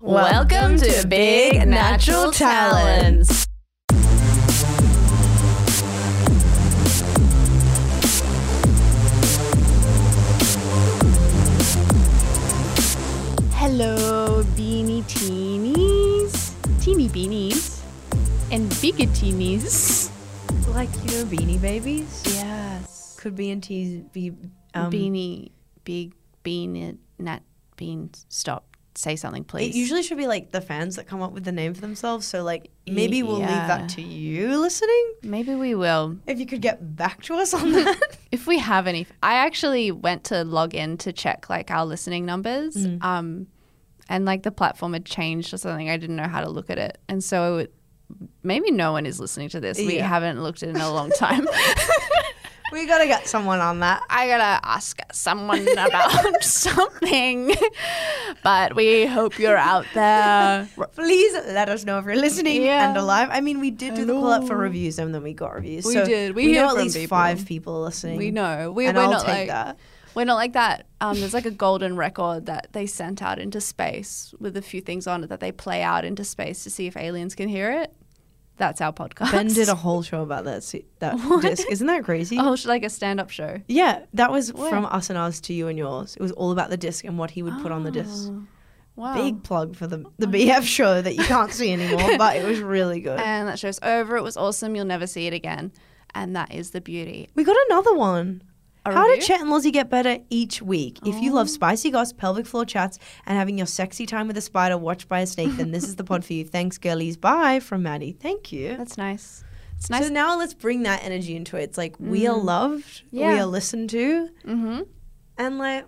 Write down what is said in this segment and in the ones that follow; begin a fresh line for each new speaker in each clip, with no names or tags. Welcome to Big Natural Talents.
Hello, beanie teenies, teeny beanies, and bigotinis.
Like you know, beanie babies
Yes.
could be in TV. Um,
beanie, big bean, not beans. Stop. Say something, please.
It usually should be like the fans that come up with the name for themselves. So like maybe we'll leave
yeah.
that to you listening.
Maybe we will.
If you could get back to us on that.
If we have any, I actually went to log in to check like our listening numbers, um, and like the platform had changed or something. I didn't know how to look at it, and so it, maybe no one is listening to this. We
Yeah.
haven't looked at it in a long time.
we gotta get someone on that.
I gotta ask someone about something. but we hope you're out there.
Please let us know if you're listening
Yeah.
and alive. I mean, we did do the call up for
Hello.
reviews and then we got reviews.
We
so
did. We
we
hear
know at
from
least
people.
five people listening.
We know we,
And
we're
I'll
not
take
like
that.
we're not like that. Um, there's like a golden record that they sent out into space with a few things on it that they play out into space to see if aliens can hear it. That's our podcast.
Ben did a whole show about that se- that disc. Isn't that crazy?
oh, sh- like a stand-up show.
Yeah, that was
Where?
from us and ours to you and yours. It was all about the disc and what he would put on the disc.
Oh. Wow.
Big plug for the
Oh.
the BF show that you can't see anymore, but it was really good.
And that show's over. It was awesome. You'll never see it again. And that is the beauty.
We got another one.
A
How
review? Oh.
to Chet and Lozzie get better each week. If you love spicy goss, pelvic floor chats, and having your sexy time with a spider watched by a snake, then this is the pod for you. Thanks, girlies. Bye from Maddie. Thank you.
That's nice. It's nice. Mm.
So now let's bring that energy into it. It's like we are loved, we
Yeah.
are listened to,
mm-hmm.
and like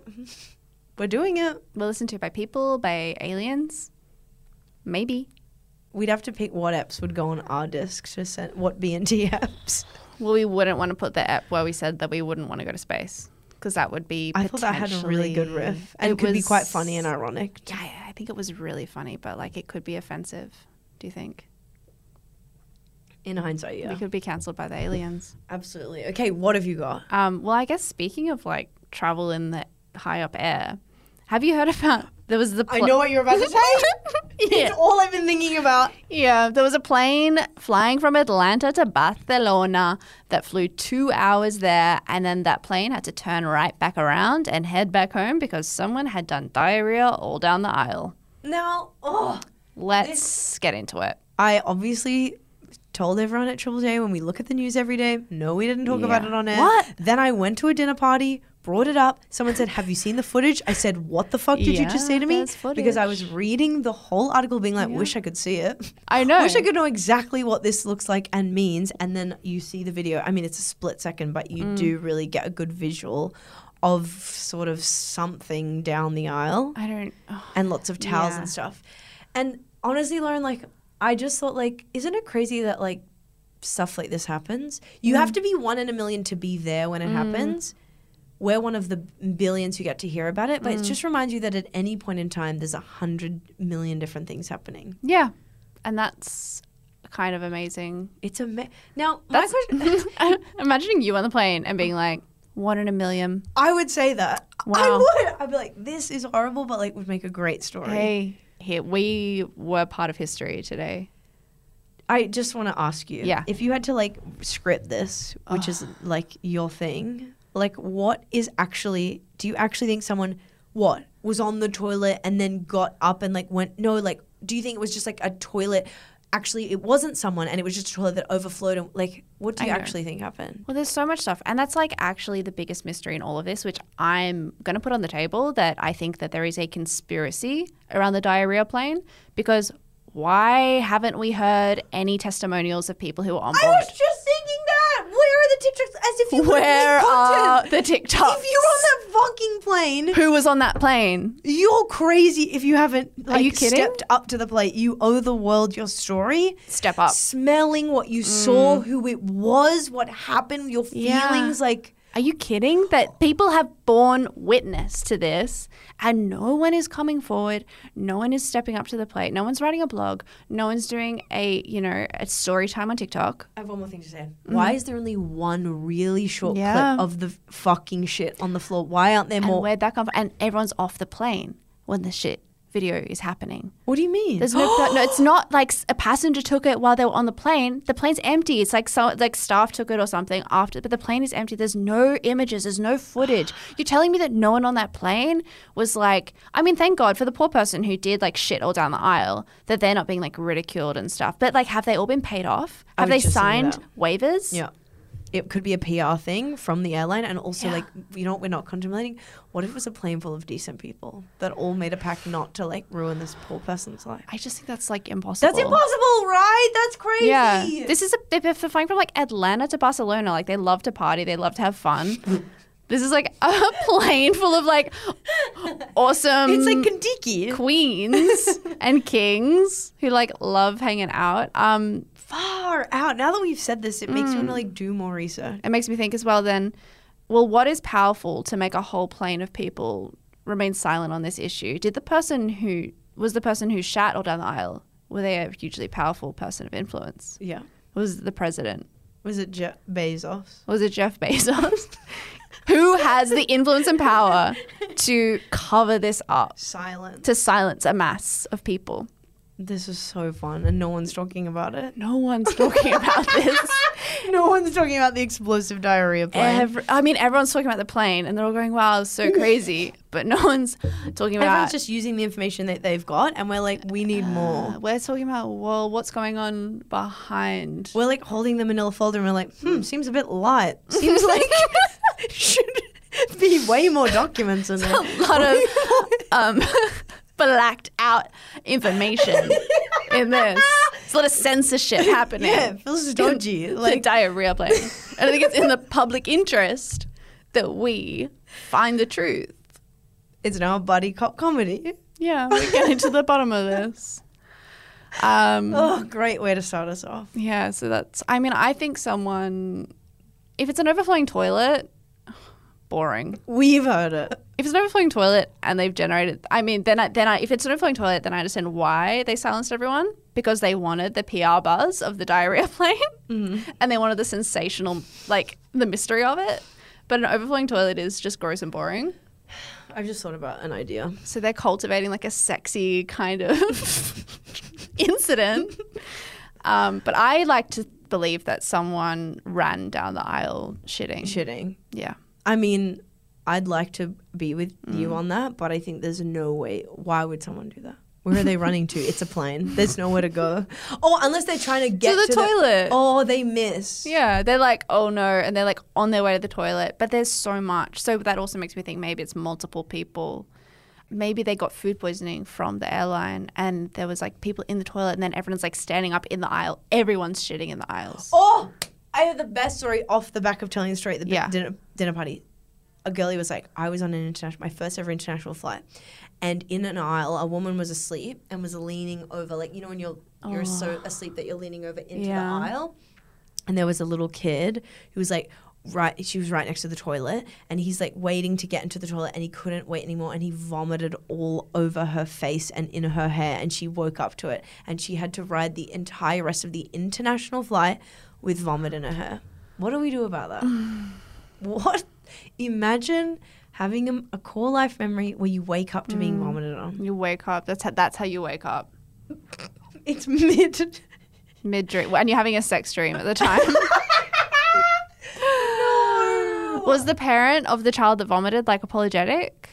we're doing it.
We're listened to by people, by aliens. Maybe.
We'd have to pick what apps would go on our disc to send what B and T apps.
Well, we wouldn't want to put the app where we said that we wouldn't want to go to space because that would be.
I thought that had a really good
potentially-
riff and
It
could be
was-
quite funny and ironic.
Yeah, yeah, I think it was really funny, but like it could be offensive. Do you think
In hindsight, yeah,
we could be cancelled by the aliens?
absolutely. Okay, what have you got?
Um, well, I guess speaking of like travel in the high up air, have you heard about there was the
I
pl-
know what you're about to say.
yeah.
It's all I've been thinking about.
Yeah, there was a plane flying from Atlanta to Barcelona that flew two hours there, and then that plane had to turn right back around and head back home because someone had done diarrhea all down the aisle.
Now, oh,
Let's get into it.
I obviously told everyone at Triple J when we look at the news every day. No, we didn't talk about
Yeah.
it on air.
What?
Then I went to a dinner party, brought it up. Someone said, "Have you seen the footage?" I said, "What the fuck did you just
Yeah,
say to me?"
there's
Because I was reading the whole article, being like, "Wish I could see it."
I know.
Wish I could know exactly what this looks like and means, and then you see the video. I mean, it's a split second, but you
Mm.
do really get a good visual of sort of something down the aisle
I don't. oh,
and lots of towels
Yeah.
and stuff. And honestly, Lauren, like I just thought, like, isn't it crazy that like stuff like this happens? You
Mm.
have to be one in a million to be there when it happens. We're one of the billions who get to hear about it,
Mm.
but it just reminds you that at any point in time, there's a hundred million different things happening.
yeah, and that's kind of amazing.
It's a ama- now. Oh my
That's imagining you on the plane and being like one in a million.
I would say that. I
Wow.
would. I'd be like, this is horrible, but like would make a great story.
Hey, here we were part of history today.
I just want to ask you.
Yeah.
If you had to like script this, which is like your thing, like what is actually, do you actually think someone, what, was on the toilet and then got up and like went, no, like, do you think it was just like a toilet? Actually, it wasn't someone and it was just a toilet that overflowed. And like, what do you
know.
actually think happened?
Well, there's so much stuff, and that's like actually the biggest mystery in all of this, which I'm going to put on the table that I think that there is a conspiracy around the diarrhea plane because why haven't we heard any testimonials of people who are on
I
board?
was just thinking that. Where are the TikToks? As if you couldn't make
Where are
content.
the TikToks?
If you're on that fucking plane,
who was on that plane?
You're crazy if you haven't like
you kidding?
stepped up to the plate. You owe the world your story.
Step up. Mm.
Smelling what you saw, who it was, what happened, your
Yeah.
feelings like
Are you kidding? That people have borne witness to this and no one is coming forward. No one is stepping up to the plate. No one's writing a blog. No one's doing a, you know, a story time on TikTok.
I have one more thing to say. Why is there only one really short
Yeah.
clip of the fucking shit on the floor? Why aren't there
And
more?
where'd that come from? And everyone's off the plane when the shit video is happening.
What do you mean?
There's no, no, it's not like s- a passenger took it while they were on the plane. The plane's empty. It's like so, like staff took it or something after, but the plane is empty. There's no images. There's no footage. You're telling me that no one on that plane was like, I mean, thank God for the poor person who did like shit all down the aisle that they're not being like ridiculed and stuff. But like, have they all been paid off?
I
Have
was
they
just thinking
signed
that.
waivers?
Yeah. It could be a PR thing from the airline, and also
Yeah.
like you know what we're not contemplating. What if it was a plane full of decent people that all made a pact not to like ruin this poor person's life?
I just think that's like impossible.
That's impossible, right? That's crazy.
Yeah, this is a, they- they're flying from like Atlanta to Barcelona. Like they love to party, they love to have fun. this is like a plane full of like awesome
it's like Kandiki.
queens and kings who like love hanging out. Um,
Far out. Now that we've said this, it makes me
Mm.
want to like do more research.
it makes me think as well. Then, well, what is powerful to make a whole plane of people remain silent on this issue? Did the person who was the person who shat all down the aisle were they a hugely powerful person of influence?
Yeah.
Was it the president?
Was it Je- Bezos?
was it Jeff Bezos? Who has the influence and power to cover this up,
Silence.
to silence a mass of people?
This is so fun, and no one's talking about it.
No one's talking about this.
No one's talking about the explosive diarrhea plane.
Every, I mean, everyone's talking about the plane and they're all going, wow, it's so crazy. But no one's talking about.
Everyone's just using the information that they've got, and we're like, we need more.
Uh, we're talking about, well, what's going on behind.
We're like holding the manila folder and we're like, hmm, seems a bit light. Seems like should be way more documents in there.
a lot of um, blacked out information in this. There's a lot of censorship happening.
Yeah, it feels dodgy.
like
Like
diarrhea plane. and I think it's in the public interest that we find the truth.
it's now a buddy cop comedy.
Yeah, we're getting to the bottom of this. Um,
Oh, great way to start us off.
yeah, so that's. I mean, I think someone, if it's an overflowing toilet, boring.
We've heard it.
If it's an overflowing toilet and they've generated, I mean, then I, then I, if it's an overflowing toilet, then I understand why they silenced everyone because they wanted the PR buzz of the diarrhea plane and they wanted the sensational, like the mystery of it. But an overflowing toilet is just gross and boring.
I've just thought about an idea.
So they're cultivating like a sexy kind of incident. Um, but I like to believe that someone ran down the aisle shitting.
Shitting.
Yeah.
I mean, I'd like to be with you on that, but I think there's no way. Why would someone do that? Where are they running to? It's a plane. There's nowhere to go. Oh, unless they're trying to get
the toilet.
oh, they miss.
Yeah, they're like, oh no, and they're like on their way to the toilet, but there's so much. So that also makes me think maybe it's multiple people. Maybe they got food poisoning from the airline and there was like people in the toilet and then everyone's like standing up in the aisle. Everyone's shitting in the aisles.
Oh, I have the best story off the back of telling the story at the bi-
Yeah.
dinner, dinner party. A girlie was like, I was on an international, my first ever international flight, and in an aisle, a woman was asleep and was leaning over, like you know when you're you're so asleep that you're leaning over into
Yeah.
the aisle, and there was a little kid who was like. Right, she was right next to the toilet, and he's like waiting to get into the toilet, and he couldn't wait anymore, and he vomited all over her face and in her hair, and she woke up to it, and she had to ride the entire rest of the international flight with vomit in her hair. What do we do about that? what? Imagine having a, a core life memory where you wake up to
Mm.
being vomited on.
You wake up. That's how, that's how you wake up.
It's mid.
Mid dream. And you're having a sex dream at the time. Was the parent of the child that vomited like apologetic?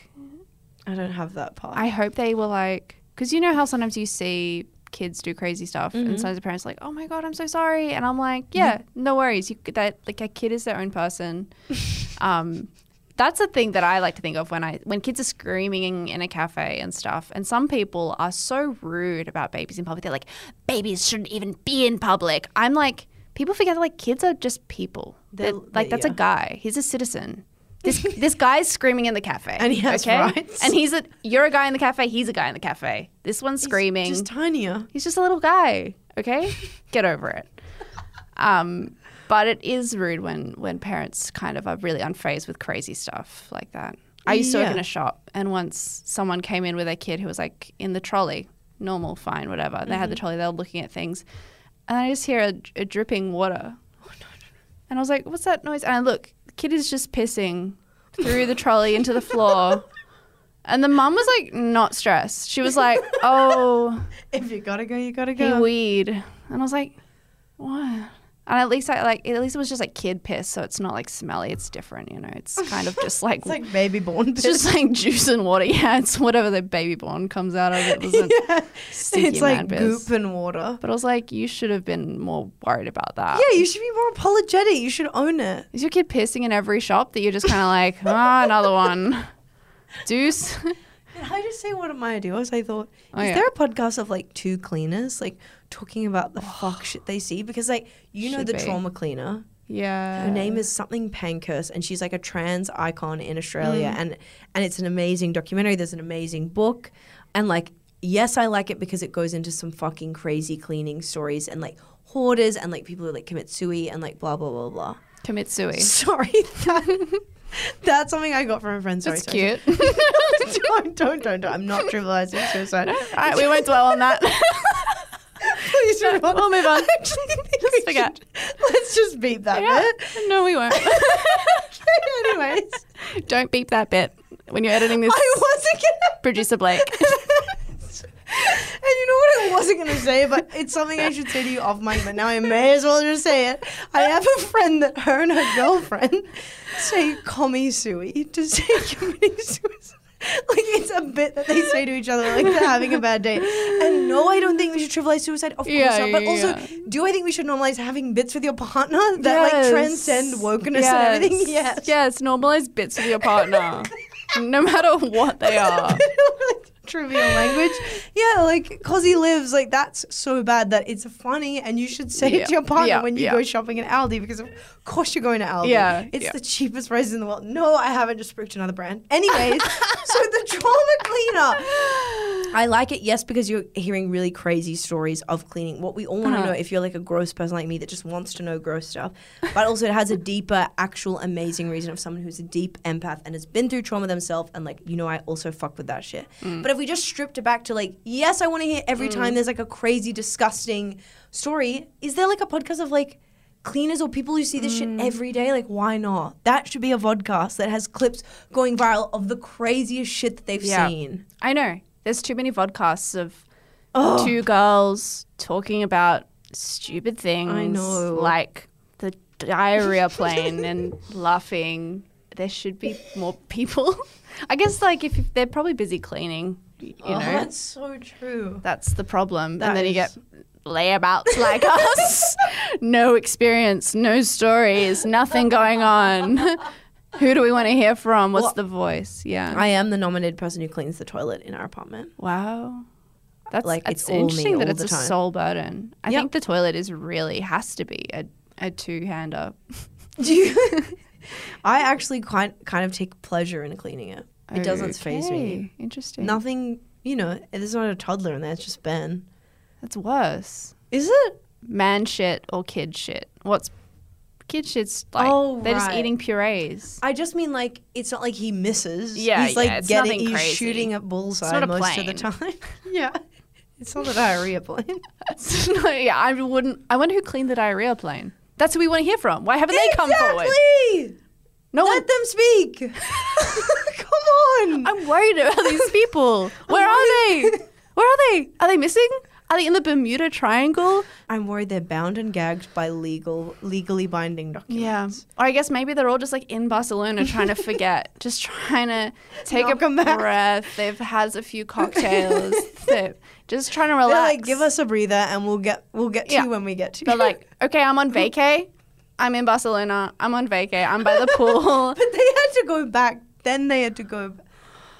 I don't have that part.
I hope they were like, because you know how sometimes you see kids do crazy stuff,
Mm-hmm.
and sometimes the parents are like, "Oh my god, I'm so sorry," and I'm like, "Yeah, no worries. You that like a kid is their own person." um, that's a thing that I like to think of when I when kids are screaming in a cafe and stuff, and some people are so rude about babies in public. They're like, "Babies shouldn't even be in public." I'm like, people forget that like kids are just people.
They're-
They're, like that's
yeah.
a guy. He's a citizen. This this guy's screaming in the cafe.
And he has
okay?
rights.
And he's a you're a guy in the cafe. He's a guy in the cafe. This one's screaming.
Just tinier.
he's just a little guy. Okay, get over it. Um, but it is rude when when parents kind of are really unfazed with crazy stuff like that. I used to work
Yeah.
in a shop, and once someone came in with a kid who was like in the trolley, normal, fine, whatever. They had the trolley. They were looking at things, and I just hear a, a dripping water. And I was like, "What's that noise?" And I look, the kid is just pissing through the trolley into the floor. And the mum was like not stressed. She was like, "Oh,
If you gotta go, you gotta
he
go.
weed," and I was like, "What?" And at least I like at least it was just like kid piss, so it's not like smelly. It's different, you know. It's kind of just like
it's like baby born.
it's just like juice and water. Yeah, it's whatever the baby bond comes out of. It wasn't stinky
it's like
mad piss.
goop and water.
But I was like, you should have been more worried about that.
Yeah, you should be more apologetic. You should own it.
Is your kid pissing in every shop that you're just kind of like, ah, another one? Deuce.
Did I just say one of my ideas? I thought,
Oh,
is
yeah.
there a podcast of like two cleaners like talking about the fuck shit they see? Because like you know
Oh. Should
the
be.
trauma cleaner.
Yeah.
Her name is something Pankhurst, and she's like a trans icon in Australia, and and it's an amazing documentary. There's an amazing book, and like yes, I like it because it goes into some fucking crazy cleaning stories and like hoarders and like people who like commit sui and like blah blah blah blah.
Kamitsui.
Sorry, that, that's something I got from a friend. Sorry,
It's
sorry,
cute.
don't, don't, don't, don't. I'm not trivializing suicide.
All right, we won't dwell on that.
Please move on.
We'll move on.
I Actually, think we should-
forget.
let's just beat that
Yeah. No, we won't.
bit. Anyways,
Don't beep that bit when you're editing this.
I wasn't gonna.
Producer Blake.
and you know what I wasn't gonna say, but it's something I should say to you off mic. But now I may as well just say it. I have a friend that her and her girlfriend say "commie sui" to say committing suicide. Like it's a bit that they say to each other, like they're having a bad day. And no, I don't think we should trivialize suicide. Of course
Yeah,
not. But
yeah, yeah.
also, do I think we should normalize having bits with your partner that
Yes.
like transcend wokeness and everything? Yes.
Yes, normalize bits with your partner, no matter what they are.
trivial language. Yeah, like cause he lives, like that's so bad that it's funny and you should say
Yeah,
it to your partner
yeah,
when you
yeah.
go shopping at Aldi because of course you're going to Aldi.
Yeah,
It's
yeah.
the cheapest price in the world. No, I haven't just spooked another brand. Anyways, so the trauma cleaner. I like it, yes, because you're hearing really crazy stories of cleaning. What we all want to
Uh-huh.
know if you're like a gross person like me that just wants to know gross stuff, but also it has a deeper, actual, amazing reason of someone who's a deep empath and has been through trauma themselves. And like, you know, I also fuck with that shit.
Mm.
But if we just stripped it back to like, yes, I want to hear every time there's like a crazy, disgusting story, is there like a podcast of like, Cleaners or people who see this
Mm.
shit every day, like why not? That should be a podcast that has clips going viral of the craziest shit that they've
Yeah.
seen.
I know. There's too many podcasts of
Oh.
two girls talking about stupid things.
know.
Like the diarrhea plane and laughing. There should be more people. I guess, like, if they're probably busy cleaning, you
Oh,
know,
that's so true.
that's the problem.
That
and then you
is-
get layabouts like us. No experience, no stories, nothing going on. Who do we want to hear from? What's
Well,
the voice? Yeah.
I am the nominated person who cleans the toilet in our apartment.
Wow. That's
Like,
like
it's
it's
all me
interesting that
all
it's
the
a
time.
sole burden. I
Yep.
think the toilet is really has to be a, a two hander.
Do you? I actually kind kind of take pleasure in cleaning it. It doesn't phase me.
Interesting.
Nothing, you know. There's not a toddler in there. It's just Ben.
That's worse.
Is it?
Man shit or kid shit. What's kid shit's like?
Oh,
they're just
right.
eating purees.
I just mean like it's not like he misses.
Yeah,
he's like
yeah, it's
getting
nothing
he's
crazy.
shooting at bullseye
not a
most of the time. yeah, it's not a diarrhea plane.
No, yeah, I wouldn't. I wonder who cleaned the diarrhea plane. That's who we want to hear from. Why haven't they come forward?
Exactly.
No one.
Let them speak. Come on.
I'm worried about these people. Where are they? Where are they? Are they missing? Are they in the Bermuda Triangle?
I'm worried they're bound and gagged by legal, legally binding
Yeah.
documents.
Or I guess maybe they're all just like in Barcelona trying to forget, just trying to take
Not
a
come back.
breath. They've had a few cocktails. They're just trying to
They're
relax.
like, give us a breather, and we'll get we'll get to
Yeah.
you when we get to
They're
you."
like, okay, I'm on vacay. I'm in Barcelona. I'm on vacay. I'm by the pool.
but they had to go back. Then they had to go. b-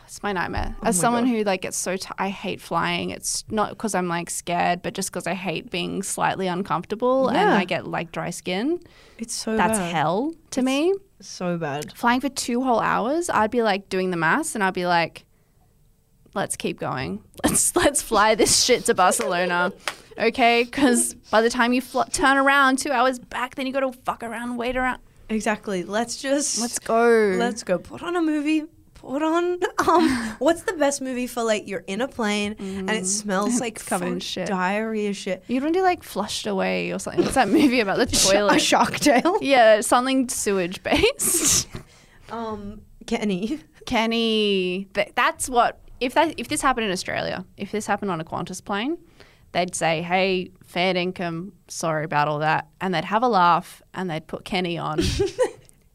it's my nightmare. As
Oh my
someone
God.
who like gets so t- I hate flying. It's not because I'm like scared, but just because I hate being slightly uncomfortable and
Yeah.
I get like dry skin.
It's so
That's
bad.
hell to me.
So bad.
flying for two whole hours, I'd be like doing the maths and I'd be like, let's keep going. Let's let's fly this shit to Barcelona. Okay, because by the time you fl- turn around two hours back, then you got to fuck around, wait around.
Exactly. Let's just
Let's go.
let's go put on a movie. Put on um, what's the best movie for like you're in a plane
Mm-hmm.
and it smells like
covered in
fuck
shit.
diarrhea shit.
you don't do like flushed away or something. What's that movie about the
A
toilet?
shark tale.
yeah, something sewage based.
Um, Kenny.
Kenny. Th- that's what if that if this happened in Australia, if this happened on a Qantas plane, they'd say, "Hey, fair income, sorry about all that," and they'd have a laugh and they'd put Kenny on.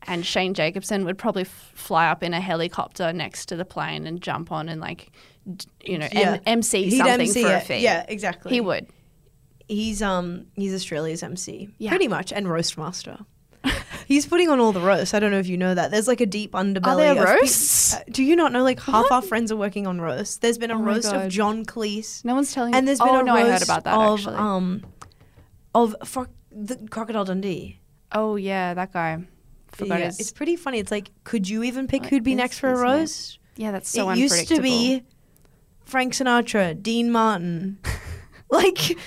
And Shane Jacobson would probably f- fly up in a helicopter next to the plane and jump on and like, d- you know,
Yeah.
M- MC
He'd
something
MC
for a
it.
fee.
Yeah, exactly.
he would.
He's um he's Australia's MC,
Yeah.
pretty much, and roast master. he's putting on all the roasts. I don't know if you know that. There's like a deep underbelly.
there
of pe-
roasts? Oh
Uh, do you not know? Like half our friends are working on roasts. There's been a
my
roast
God.
of John Cleese,
No one's telling. me.
and there's been
oh
a
no,
roast
I heard about that
of
actually.
um of fuck the Crocodile Dundee.
oh yeah, that guy. Forgot
Yeah,
his.
it's pretty funny. It's like, could you even pick
What
who'd be
is
next for a
his name?
roast?
yeah, that's so
it
unpredictable.
used to be Frank Sinatra, Dean Martin. like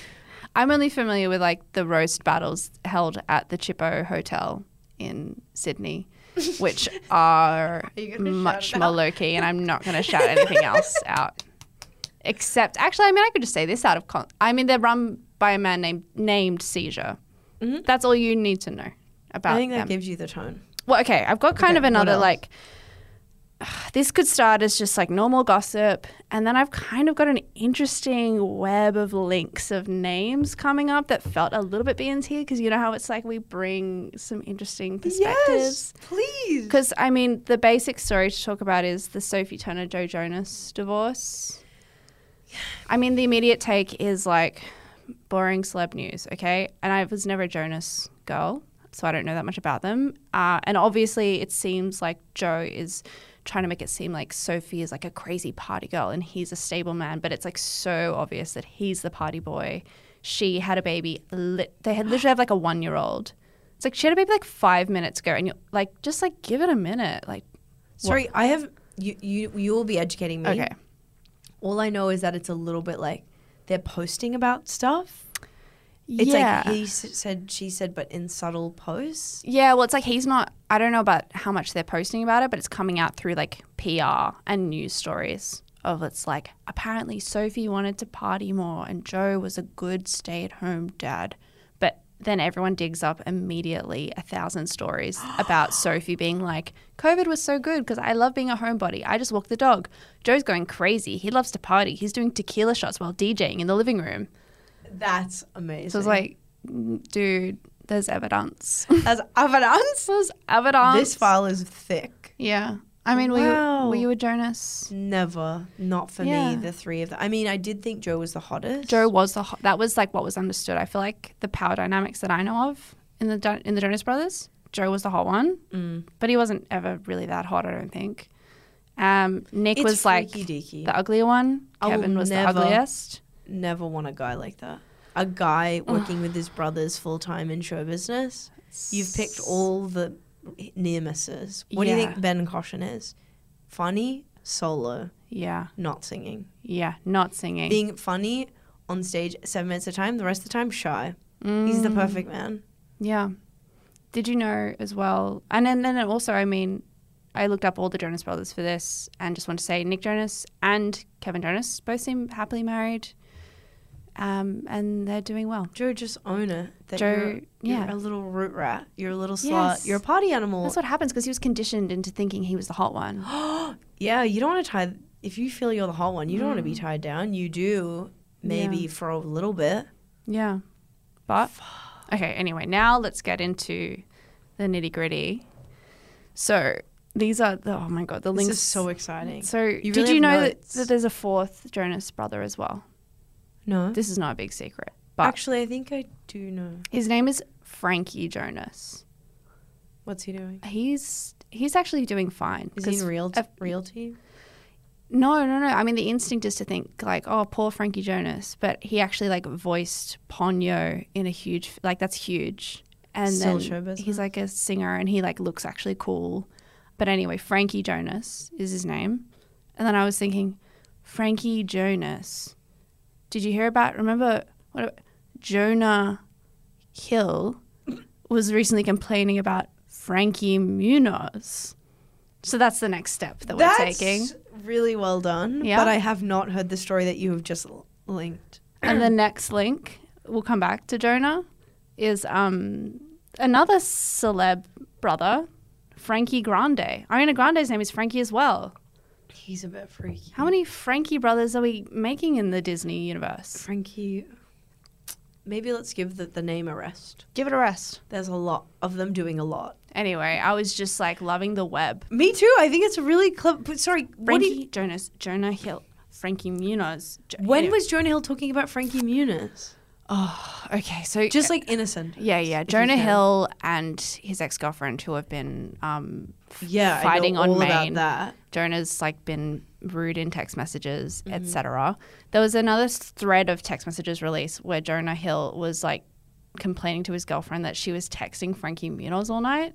I'm only familiar with like the roast battles held at the Chippo Hotel in Sydney, which are
you gonna
much
shout it
more
out?
low key, and I'm not going to shout anything else out. Except, actually, I mean, I could just say this out of con. I mean, they're run by a man named named Seizure.
Mhm.
That's all you need to know about
I think that
them.
gives you the tone.
Well, okay, I've got kind
Okay,
of
what
another
else?
like. This could start as just like normal gossip, and then I've kind of got an interesting web of links of names coming up that felt a little bit B and T because you know how it's like we bring some interesting perspectives.
Yes, please.
Because I mean, the basic story to talk about is the Sophie Turner Joe Jonas divorce. I mean, the immediate take is like boring celeb news, okay? And I was never a Jonas girl, so I don't know that much about them. Uh, and obviously, it seems like Joe is trying to make it seem like Sophie is like a crazy party girl and he's a stable man, but it's like so obvious that he's the party boy. She had a baby. Lit- they had literally have like a one year old. It's like she had a baby like five minutes ago, and you're like, just like give it a minute, like
Sorry, I have you. You you will be educating me.
okay.
All I know is that it's a little bit like they're posting about stuff. It's like he s- said, she said, but in subtle posts.
Yeah, well, it's like he's not. I don't know about how much they're posting about it, but it's coming out through like PR and news stories of it's like apparently Sophie wanted to party more and Joe was a good stay at home dad. But then everyone digs up immediately a thousand stories about Sophie being like, COVID was so good because I love being a homebody. I just walk the dog. Joe's going crazy. He loves to party. He's doing tequila shots while DJing in the living room.
That's amazing.
So it's like, dude, there's evidence.
as evidence,
there's evidence.
this file is thick.
Yeah. I mean,
Wow.
were, you, were you a Jonas?
Never, not for
Yeah.
me. The three of them. I mean, I did think Joe was the hottest.
Joe was the ho- that was like what was understood. I feel like the power dynamics that I know of in the Don- in the Jonas Brothers, Joe was the hot one,
Mm.
but he wasn't ever really that hot. I don't think. Um, Nick
It's
was like
freaky deaky.
the uglier one.
I will
Kevin was
never-
the ugliest.
Never want a guy like that. A guy working with his brothers full time in show business. You've picked all the near misses. What do you
Yeah.
think Ben Caution is? Funny, solo,
Yeah,
not singing.
yeah, not singing.
Being funny on stage seven minutes at a time, the rest of the time shy. He's the
Mm.
perfect man.
Yeah. Did you know as well? And then, then also, I mean, I looked up all the Jonas brothers for this and just want to say Nick Jonas and Kevin Jonas both seem happily married um, and they're doing well.
Joe, just own it. That
Joe-
you're, you're
yeah.
a little root rat. You're a little slut.
Yes.
You're a party animal.
That's what happens because he was conditioned into thinking he was the hot one.
yeah, you don't want to tie. If you feel you're the hot one, you don't want to be tied down. You do, maybe
Mm. Yeah.
for a little bit.
Yeah. But okay, anyway, now let's get into the nitty gritty. So these are the oh my god, the links.
This is so exciting.
so
You
did
really
you
have
know that,
notes.
that there's a fourth Jonas brother as well?
No.
This is not a big secret. But
Actually, I think I do know.
His name is Frankie Jonas.
What's he doing?
He's he's actually doing fine.
Is he
'cause
in real
I've-
realty?
no, no, no. I mean, the instinct is to think like, oh, poor Frankie Jonas, but he actually like voiced Ponyo in a huge like that's huge. And
Still show
then
business.
he's like a singer, and he like looks actually cool. But anyway, Frankie Jonas is his name. And then I was thinking, Frankie Jonas. Did you hear about? Remember what about- Jonah Hill was recently complaining about Frankie Munoz. So that's the next step that we're taking.
really well done.
Yeah.
But I have not heard the story that you have just l- linked.
and the next link we'll come back to Jonah is um, another celeb brother Frankie Grande. Ariana Grande's name is Frankie as well.
He's a bit freaky.
How many Frankie brothers are we making in the Disney universe?
Frankie. Maybe let's give the, the name a rest.
Give it a rest.
There's a lot of them doing a lot.
Anyway, I was just like loving the web.
Me too. I think it's a really clever. Sorry, what do
Frankie
you-
Jonas, Jonah Hill, Frankie Munoz. Jo-
when
yeah.
was Jonah Hill talking about Frankie Muniz?
oh okay? So
Just like innocent.
yeah, yeah,
if you
Jonah
can.
Hill and his ex girlfriend who have been um,
Yeah,
Fighting
I know
on
all
Maine.
about that.
Jonah's like been rude in text messages,
Mm-hmm.
etc. There was another s- thread of text messages released where Jonah Hill was like complaining to his girlfriend that she was texting Frankie Munoz all night.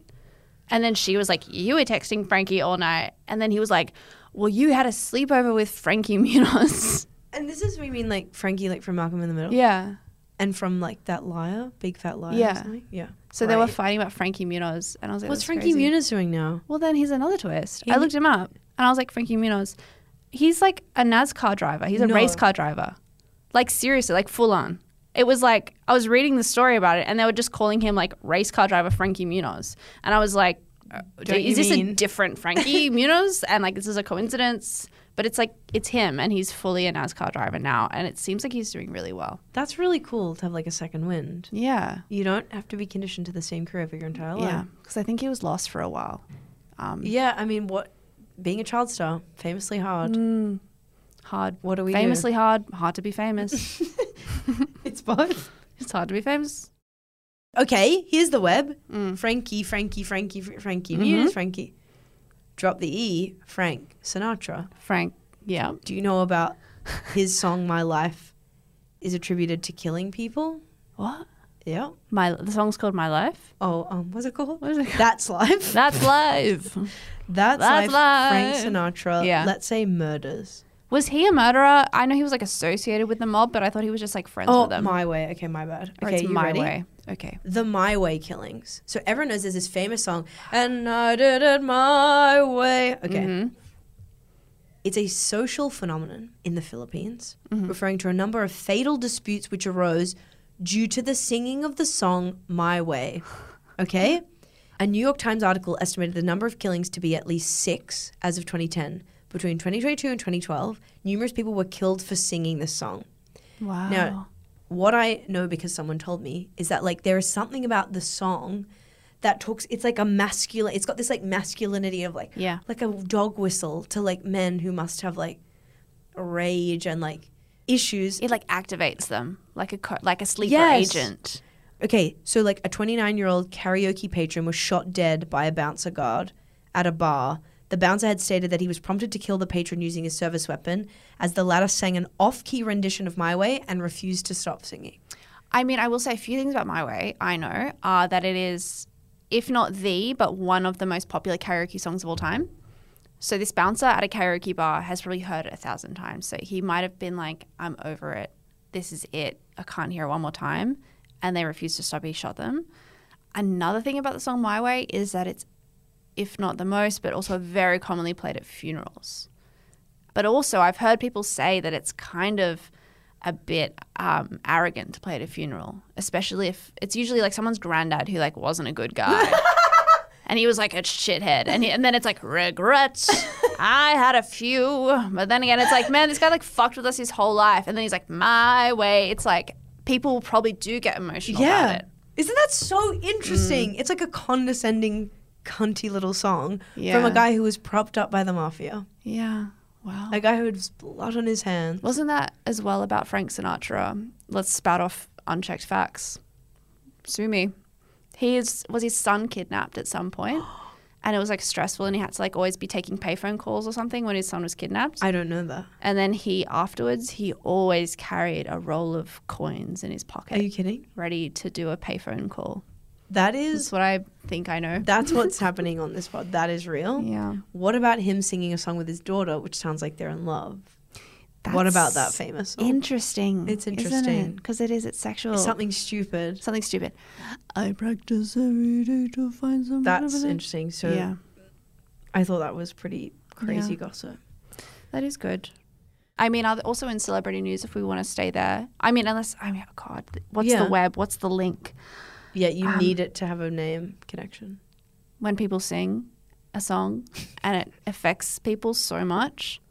And then she was like, "You were texting Frankie all night." And then he was like, "Well, you had a sleepover with Frankie Munoz."
And this is we mean like Frankie, like from Malcolm in the Middle,
yeah.
and from like that liar, Big Fat Liar.
Yeah.
or something. yeah.
So they were
Right.
fighting about Frankie Munoz, and I was like,
What's
"That's
Frankie
crazy."
Muniz doing now?
Well, then here's another twist.
He-
I looked him up and I was like, Frankie Munoz, he's like a NASCAR driver. He's a
No.
race car driver. Like, seriously, like full on. It was like, I was reading the story about it and they were just calling him like race car driver Frankie Munoz. And I was like, uh,
Don't
is
you
this a
mean-
different Frankie Munoz? And like, this is a coincidence. But it's like, it's him and he's fully a NASCAR driver now. And it seems like he's doing really well.
That's really cool to have like a second wind.
Yeah.
You don't have to be conditioned to the same career for your entire life.
Yeah. Because um, I think he was lost for a while. Um,
Yeah, I mean, what being a child star, famously hard.
mm, hard.
What do we do?
Famously hard, hard to be famous.
It's both.
It's hard to be famous.
Okay, here's the web.
Mm.
Frankie, Frankie, Frankie, Fr- Frankie.
Mhm.
Muniz, Frankie. Drop the E, Frank Sinatra.
Frank, yeah.
Do you know about his song My Life is attributed to killing people?
What?
Yeah.
My the song's called My Life.
Oh, um, what's it called?
What is it called?
That's Life.
That's life. That's
That's, life.
Life.
Frank Sinatra.
Yeah.
Let's say murders.
Was he a murderer? I know he was like associated with the mob, but I thought he was just like friends
Oh,
with them.
my way. Okay, my bad.
Or
Okay,
it's
you
my
ready?
way. Okay.
the My Way killings. So everyone knows there's this famous song, and I did it my way. Okay.
Mhm.
It's a social phenomenon in the Philippines,
Mm-hmm.
referring to a number of fatal disputes which arose due to the singing of the song My Way. Okay? A New York Times article estimated the number of killings to be at least six as of 2010. Between 2022 and 2012, numerous people were killed for singing this song
Wow.
what I know because someone told me is that like there is something about the song that talks it's like a masculine it's got this like masculinity of like
Yeah.
like a dog whistle to like men who must have like rage and like issues.
It like activates them like a co- like a sleeper
Yes.
agent.
Okay, so like a 29-year-old karaoke patron was shot dead by a bouncer guard at a bar. The bouncer had stated that he was prompted to kill the patron using his service weapon as the latter sang an off-key rendition of My Way and refused to stop singing.
I mean, I will say a few things about My Way. I know are that it is, if not the, but one of the most popular karaoke songs of all time. So this bouncer at a karaoke bar has probably heard it a thousand times. So he might have been like, "I'm over it. This is it. I can't hear it one more time," and they refused to stop. He shot them. Another thing about the song My Way is that it's, if not the most, but also very commonly played at funerals but also I've heard people say that it's kind of a bit um, arrogant to play at a funeral, especially if it's usually like someone's granddad who like wasn't a good guy. And he was like a shithead, and, he, and then it's like regrets. I had a few, but then again, it's like man, this guy like fucked with us his whole life, and then he's like my way. It's like people probably do get emotional about it. Mm.
Isn't that so interesting? It's like a condescending, cunty little song from
Yeah.
a guy who was propped up by the mafia,
Yeah, wow.
a guy who had blood on his hands.
Wasn't that as well about Frank Sinatra? Let's spout off unchecked facts. Sue me. He is was his son kidnapped at some point, and it was like stressful, and he had to like always be taking payphone calls or something when his son was kidnapped.
I don't know that.
And then he afterwards he always carried a roll of coins in his
Are
pocket,
you kidding?
ready to do a payphone call.
That
That's
is.
what I think I know.
That's what's happening on this pod. That is real.
yeah.
What about him singing a song with his daughter, which sounds like they're in love? what about that
That's
famous song?
Interesting.
It's interesting.
because it is. It's sexual.
It's something stupid.
something stupid. I practice every day to find someone.
That's
interesting.
interesting. So
yeah,
I thought that was pretty crazy
Yeah.
gossip.
that is good. I mean, are th- also in celebrity news, if we want to stay there. I mean, unless I mean, oh God, th- what's
Yeah.
the web? What's the link?
Yeah, you
Um,
need it to have a name connection.
When people sing, a song and it affects people so much.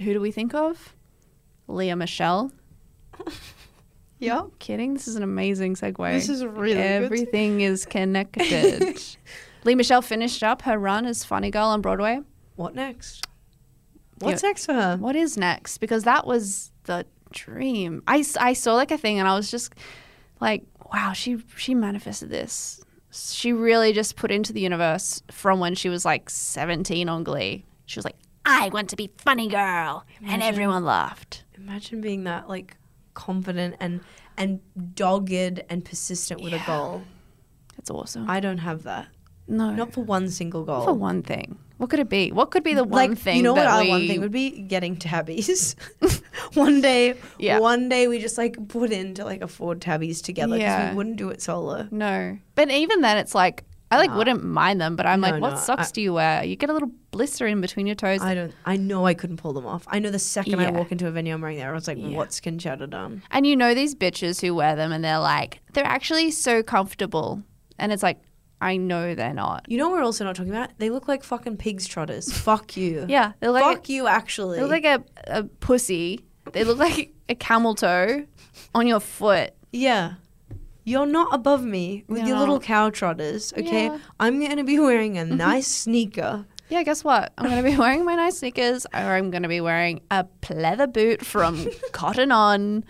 Who do we think of? Leah Michelle.
Yeah.
Kidding. This is an amazing segue.
This is really good.
Everything is connected. Leah Michelle finished up her run as Funny Girl on Broadway.
What next? What's
Yeah.
next for her?
What is next? Because that was the dream. I, s- I saw like a thing and I was just like, wow, she she manifested this. She really just put into the universe from when she was like 17 on Glee. She was like, I want to be funny girl. And everyone laughed.
Imagine being that like confident and and dogged and persistent with a goal.
That's awesome.
I don't have that.
no.
Not for one single goal.
for one thing. What could it be? What could be the one
like
thing
you know what
that
our
we,
one thing would be getting tabbies. one day,
Yeah.
one day we just like put in to like afford tabbies together because
Yeah.
we wouldn't do it solo.
No. But even then, it's like, I like wouldn't mind them, but I'm
No,
like, what
no,
socks
I-
do you wear? You get a little blister in between your toes.
I don't. I know I couldn't pull them off. I know the second
Yeah.
I walk into a venue, I'm wearing that. I was like,
Yeah.
"What's conchetta done?"
and you know these bitches who wear them and they're like, they're actually so comfortable. And it's like, I know they're not.
You know, what we're also not talking about. They look like fucking pigs trotters. Fuck you.
Yeah. They're like,
Fuck you. Actually,
they look like a, a pussy. They look like a camel toe on your foot.
Yeah. You're not above me with
You're
your little
not.
cow trotters, okay?
Yeah. Mm-hmm.
I'm going to be wearing a nice sneaker.
Yeah, guess what? I'm going to be wearing my nice sneakers or I'm going to be wearing a pleather boot from Cotton On.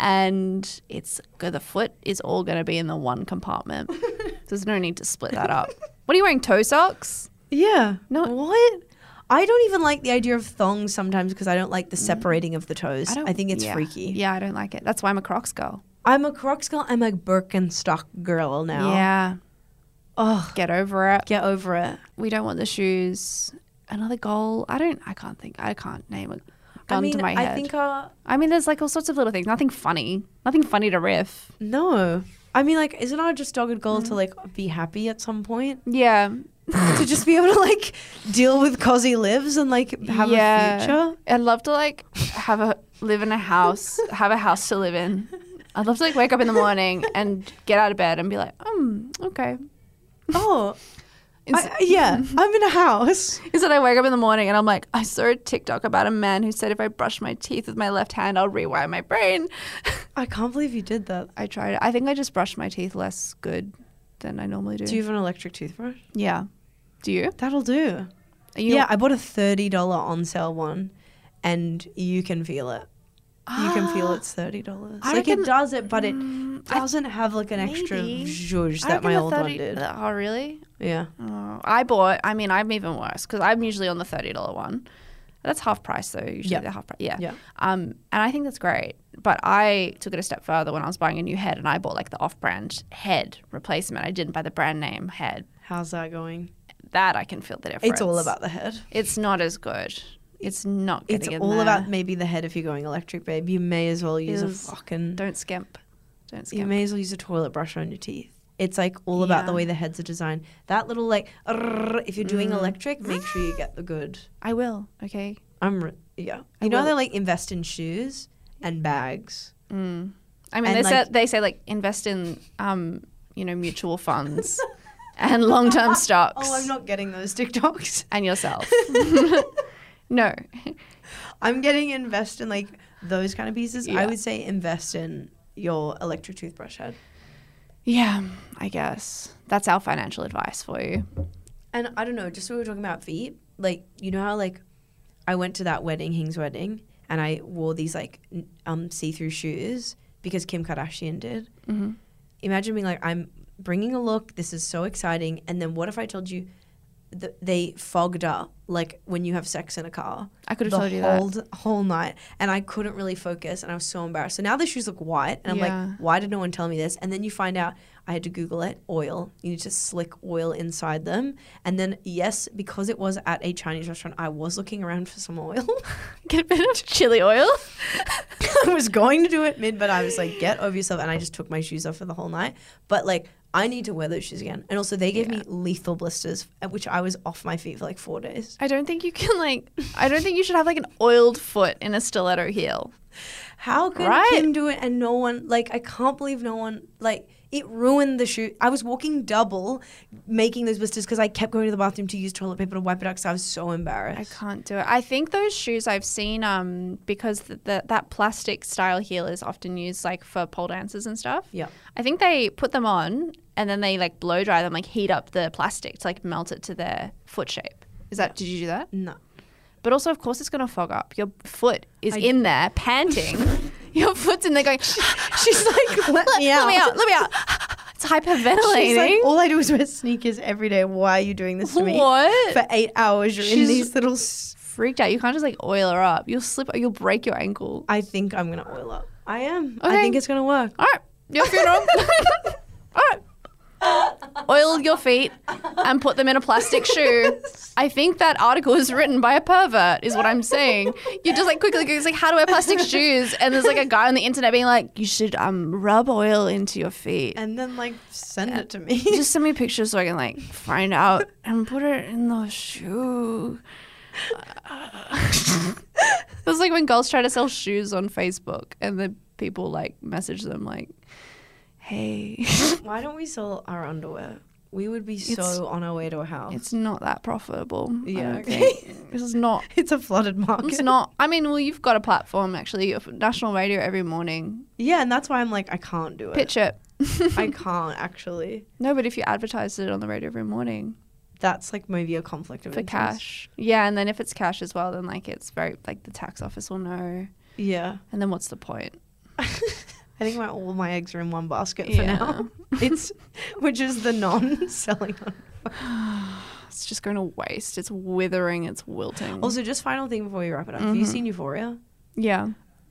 And it's good. The foot is all going to be in the one compartment. There's no need to split that up. What are you wearing? Toe socks?
Yeah.
No.
What? I don't even like the idea of thongs sometimes because I don't like the separating of the toes. I,
Mm. don't-
think it's
yeah.
freaky.
Yeah, I don't like it. That's why I'm a Crocs girl.
I'm a Crocs girl. I'm a Birkenstock girl now.
Yeah.
Ugh.
Get over it.
Get over it.
We don't want the shoes. Another goal. I don't, I can't think. I can't name it. Gun
I mean,
to my head.
I think uh,
I mean, there's like all sorts of little things. Nothing funny. Nothing funny to riff.
no. I mean, like, isn't our just dogged goal
Mm.
to like be happy at some point?
Yeah.
to just be able to like deal with Cosy lives and like have a future.
I'd love to like have a live in a house, have a house to live in. I'd love to like wake up in the morning and get out of bed and be like, um, okay.
Oh,
Ins-
I- yeah, I'm in a house.
Instead, I wake up in the morning and I'm like, I saw a TikTok about a man who said if I brush my teeth with my left hand, I'll rewire my brain.
I can't believe you did that.
I tried. it. I think I just brush my teeth less good than I normally do.
Do you have an electric toothbrush?
yeah. Do you?
That'll do.
Are you
yeah, I bought a thirty dollar on sale one, and you can feel it. You can feel
Ah.
it's thirty dollars.
I
Like
reckon-
it does it, but it
I-
doesn't have like an extra
maybe.
zhuzh
I
that my
reckon the
old one
30
did.
Oh, really?
Yeah,
Oh, I bought. I mean, I'm even worse because I'm usually on the thirty dollar one. That's half price though. Usually
Yeah.
they're half price. Yeah.
Yeah.
Um, and I think that's great. But I took it a step further when I was buying a new head, and I bought like the off-brand head replacement. I didn't buy the brand name head.
how's that going?
That I can feel the difference.
It's all about the head.
It's not as good. It's not.
It's
getting in
all
there.
about maybe the head. If you're going electric, babe, you may as well use
Is-
a fucking.
Don't skimp. Don't
You
skimp.
may as well use a toilet brush on your teeth. It's like all about the
Yeah.
way the heads are designed. That little like, if you're doing electric, make sure you get the good.
I will. Okay.
I'm re- yeah. You
I
know how
will.
they like invest in shoes and bags.
Mm. I mean,
And,
they say
like-
they say like invest in um, you know mutual funds and long-term stocks.
Oh, I'm not getting those TikToks.
and yourself. no.
I'm getting invest in like those kind of pieces.
Yeah.
I would say invest in your electric toothbrush head.
Yeah, I guess that's our financial advice for you.
And I don't know, just what we were talking about feet. Like, you know how like I went to that wedding, Hing's wedding, and I wore these like n- um see-through shoes because Kim Kardashian did.
Mhm.
Imagine being like, I'm bringing a look. This is so exciting. And then what if I told you th- they fogged up like when you have sex in a car?
I could have
the
told you
whole
that.
whole night, and I couldn't really focus, and I was so embarrassed. So now the shoes look white, and I'm
Yeah.
like, why did no one tell me this? And then you find out I had to Google it. Oil. You need to slick oil inside them, and then yes, because it was at a Chinese restaurant, I was looking around for some oil.
Get a bit of chili oil.
I was going to do it mid, but I was like, get over yourself, and I just took my shoes off for the whole night. But like. I need to wear those shoes again. And also, they gave me lethal blisters, at which I was off my feet for like four days.
I don't think you can like. I don't think you should have like an oiled foot in a stiletto heel.
How could
Right.
Kim do it and no one like I can't believe no one like it ruined the shoot. I was walking double making those blisters because I kept going to the bathroom to use toilet paper to wipe it out because I was so
I
embarrassed.
can't do it. I think those shoes I've seen um because th- th- that plastic style heel is often used like for pole dancers and stuff.
Yeah.
I think they put them on and then they like blow dry them, like heat up the plastic to like melt it to their foot shape. Is that did you do that?
No.
But also, of course, it's gonna fog up. Your foot is
I-
in there panting. Your foot's in there going. She's like,
Let me
Let me
out."
out. Let me out. It's hyperventilating.
She's like, all I do is wear sneakers every day. Why are you doing this to me?
what?
For eight hours, you're in
She's-
these little. S-
Freaked out. You can't just like oil her up. You'll slip. You'll break your ankle.
I think I'm gonna oil up. I am. I
Okay.
think it's gonna work.
All right, your funeral. All right. Oil your feet and put them in a plastic shoe. I think that article is written by a pervert, is what I'm saying. You just like quickly goes like, how to wear plastic shoes, and there's like a guy on the internet being like, you should um rub oil into your feet.
and then, like, send it to me.
just send me pictures so I can like find out and put it in the shoe. That's like when girls try to sell shoes on Facebook and the people like message them like, "Hey,
Why don't we sell our underwear? We would be
It's-
so on our way to a house.
it's not that profitable." I
Yeah,
don't
okay.
think. this is not.
it's a flooded market.
It's not. I mean, well, you've got a platform actually, of national radio every morning.
yeah, and that's why I'm like I can't do it.
Pitch it.
I can't actually.
no, but if you advertise it on the radio every morning
That's like maybe a conflict of
for
interest.
cash, yeah, and then if it's cash as well, then like it's very like the tax office will know.
Yeah.
And then what's the point?
I think my all my eggs are in one basket for
Yeah.
now. It's which is the non-selling. one.
Mm-hmm. It's just going to waste. It's withering. It's wilting.
Also, just final thing before we wrap it up. Have
Mm-hmm.
you seen Euphoria?
yeah.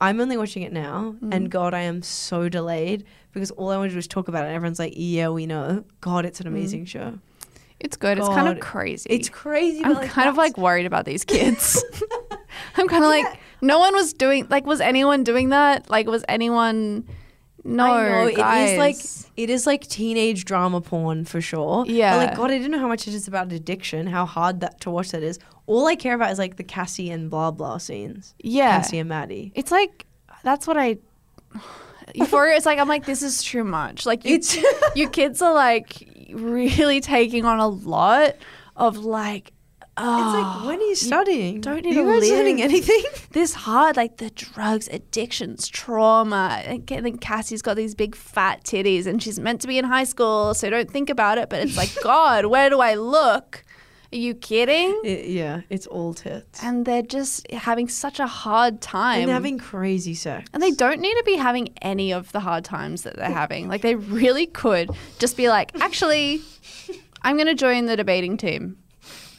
I'm only watching it now,
Mm-hmm.
and God, I am so delayed because all I wanted to do was talk about it. And everyone's like, "Yeah, we know." God, it's an
Mm-hmm.
amazing show.
It's good. It's kind of
God.
crazy.
It's crazy.
I'm
but, like,
kind of like
that's-
worried about these kids. I'm kind of like, no one was doing, like, was anyone doing that? Like, was anyone. No,
I know
guys.
it is like it is like teenage drama porn for sure.
Yeah.
But like God, I didn't know how much it is about addiction, how hard that to watch that is. All I care about is like the Cassie and blah blah scenes.
Yeah.
Cassie and Maddie.
It's like, that's what I. Euphoria, it's like, I'm like, this is too much. Like, you,
It's
your kids are like really taking on a lot of like,
It's
oh.
like when are you studying?
don't need
are you
to
guys
live.
learning anything.
this hard, like the drugs, addictions, trauma. And ca- then Cassie's got these big fat titties and she's meant to be in high school, so don't think about it. But it's like, God, where do I look? Are you kidding?
It- yeah, it's all tits.
And they're just having such a hard time.
And having crazy sex.
And they don't need to be having any of the hard times that they're having. Like, they really could just be like, actually, I'm going to join the debating team.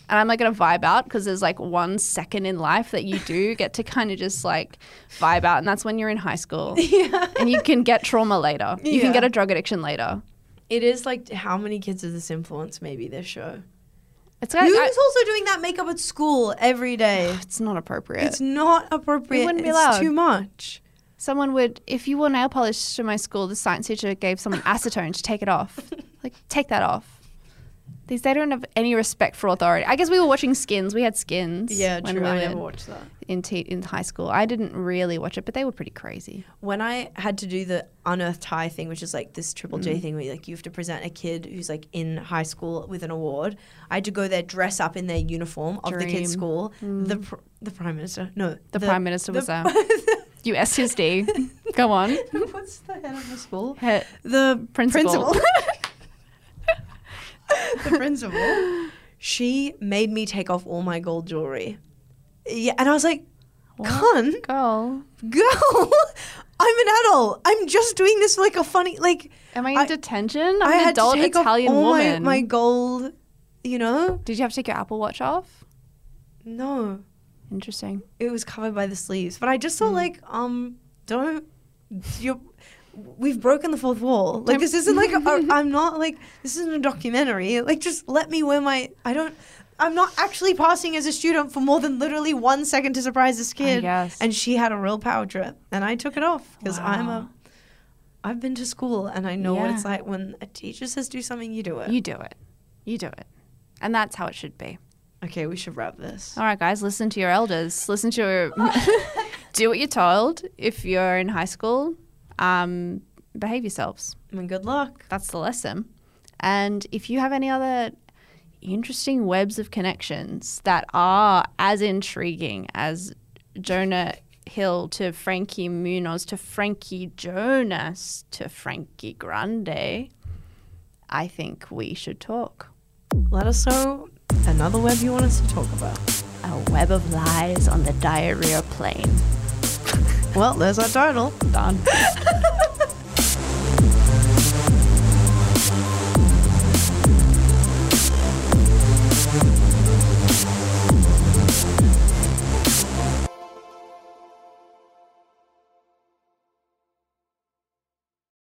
And I'm like going to vibe out because there's like one second in life that you do get to kind of just like vibe out. And that's when you're in high school.
yeah.
And you can get trauma later. You
Yeah.
can get a drug addiction later.
It is like how many kids does this influence maybe this show?
It's, like, I-
also doing that makeup at school every day?
it's not appropriate.
It's not appropriate.
It wouldn't be
it's
allowed.
too much.
someone would, if you wore nail polish to my school, the science teacher gave someone acetone to take it off. Like, take that off. These, they don't have any respect for authority. I guess we were watching Skins. We had Skins.
Yeah,
when
true.
we
I
were
never watched that.
in, te- in high school. I didn't really watch it, but they were pretty crazy.
When I had to do the unearthed high thing, which is like this triple J thing, where you, like you have to present a kid who's like in high school with an award. I had to go there, dress up in their uniform of the
Dream. Mm.
kid's school. The pr- the prime minister, no,
The, prime minister was there. You SSD. Go on.
What's the head of the school?
He-
The
Principal.
the principal. She made me take off all my gold jewelry. Yeah, and I was like,
What?
"Cunt,
Girl.
girl, I'm an adult. I'm just doing this for like a funny like."
Am I in
I-
detention? I'm
I
an
had
adult
to take
Italian
off all
woman.
My, my gold, you know?
Did you have to take your Apple Watch off?
No,
Interesting.
it was covered by the sleeves. But I just
Mm.
thought, like, um, don't you? We've broken the fourth wall. Like this isn't like a, I'm not like this isn't a documentary. Like just let me wear my. I don't. I'm not actually passing as a student for more than literally one second to surprise this kid.
guess.
And she had a real power trip, and I took it off because I'm
Wow.
a. I've been to school and I know what
Yeah.
it's like when a teacher says do something, you do it.
You do it. You do it. And that's how it should be. Oh.
Okay, we should wrap this.
All right, guys, listen to your elders. Listen to your do what you're told. If you're in high school, um, behave yourselves.
I mean, good luck.
That's the lesson. And if you have any other interesting webs of connections that are as intriguing as Jonah Hill to Frankie Munoz to Frankie Jonas to Frankie Grande, I think we should talk.
Let us know another web you want us to talk about.
A web of lies on the diarrhea plane.
Well, there's our title.
Done.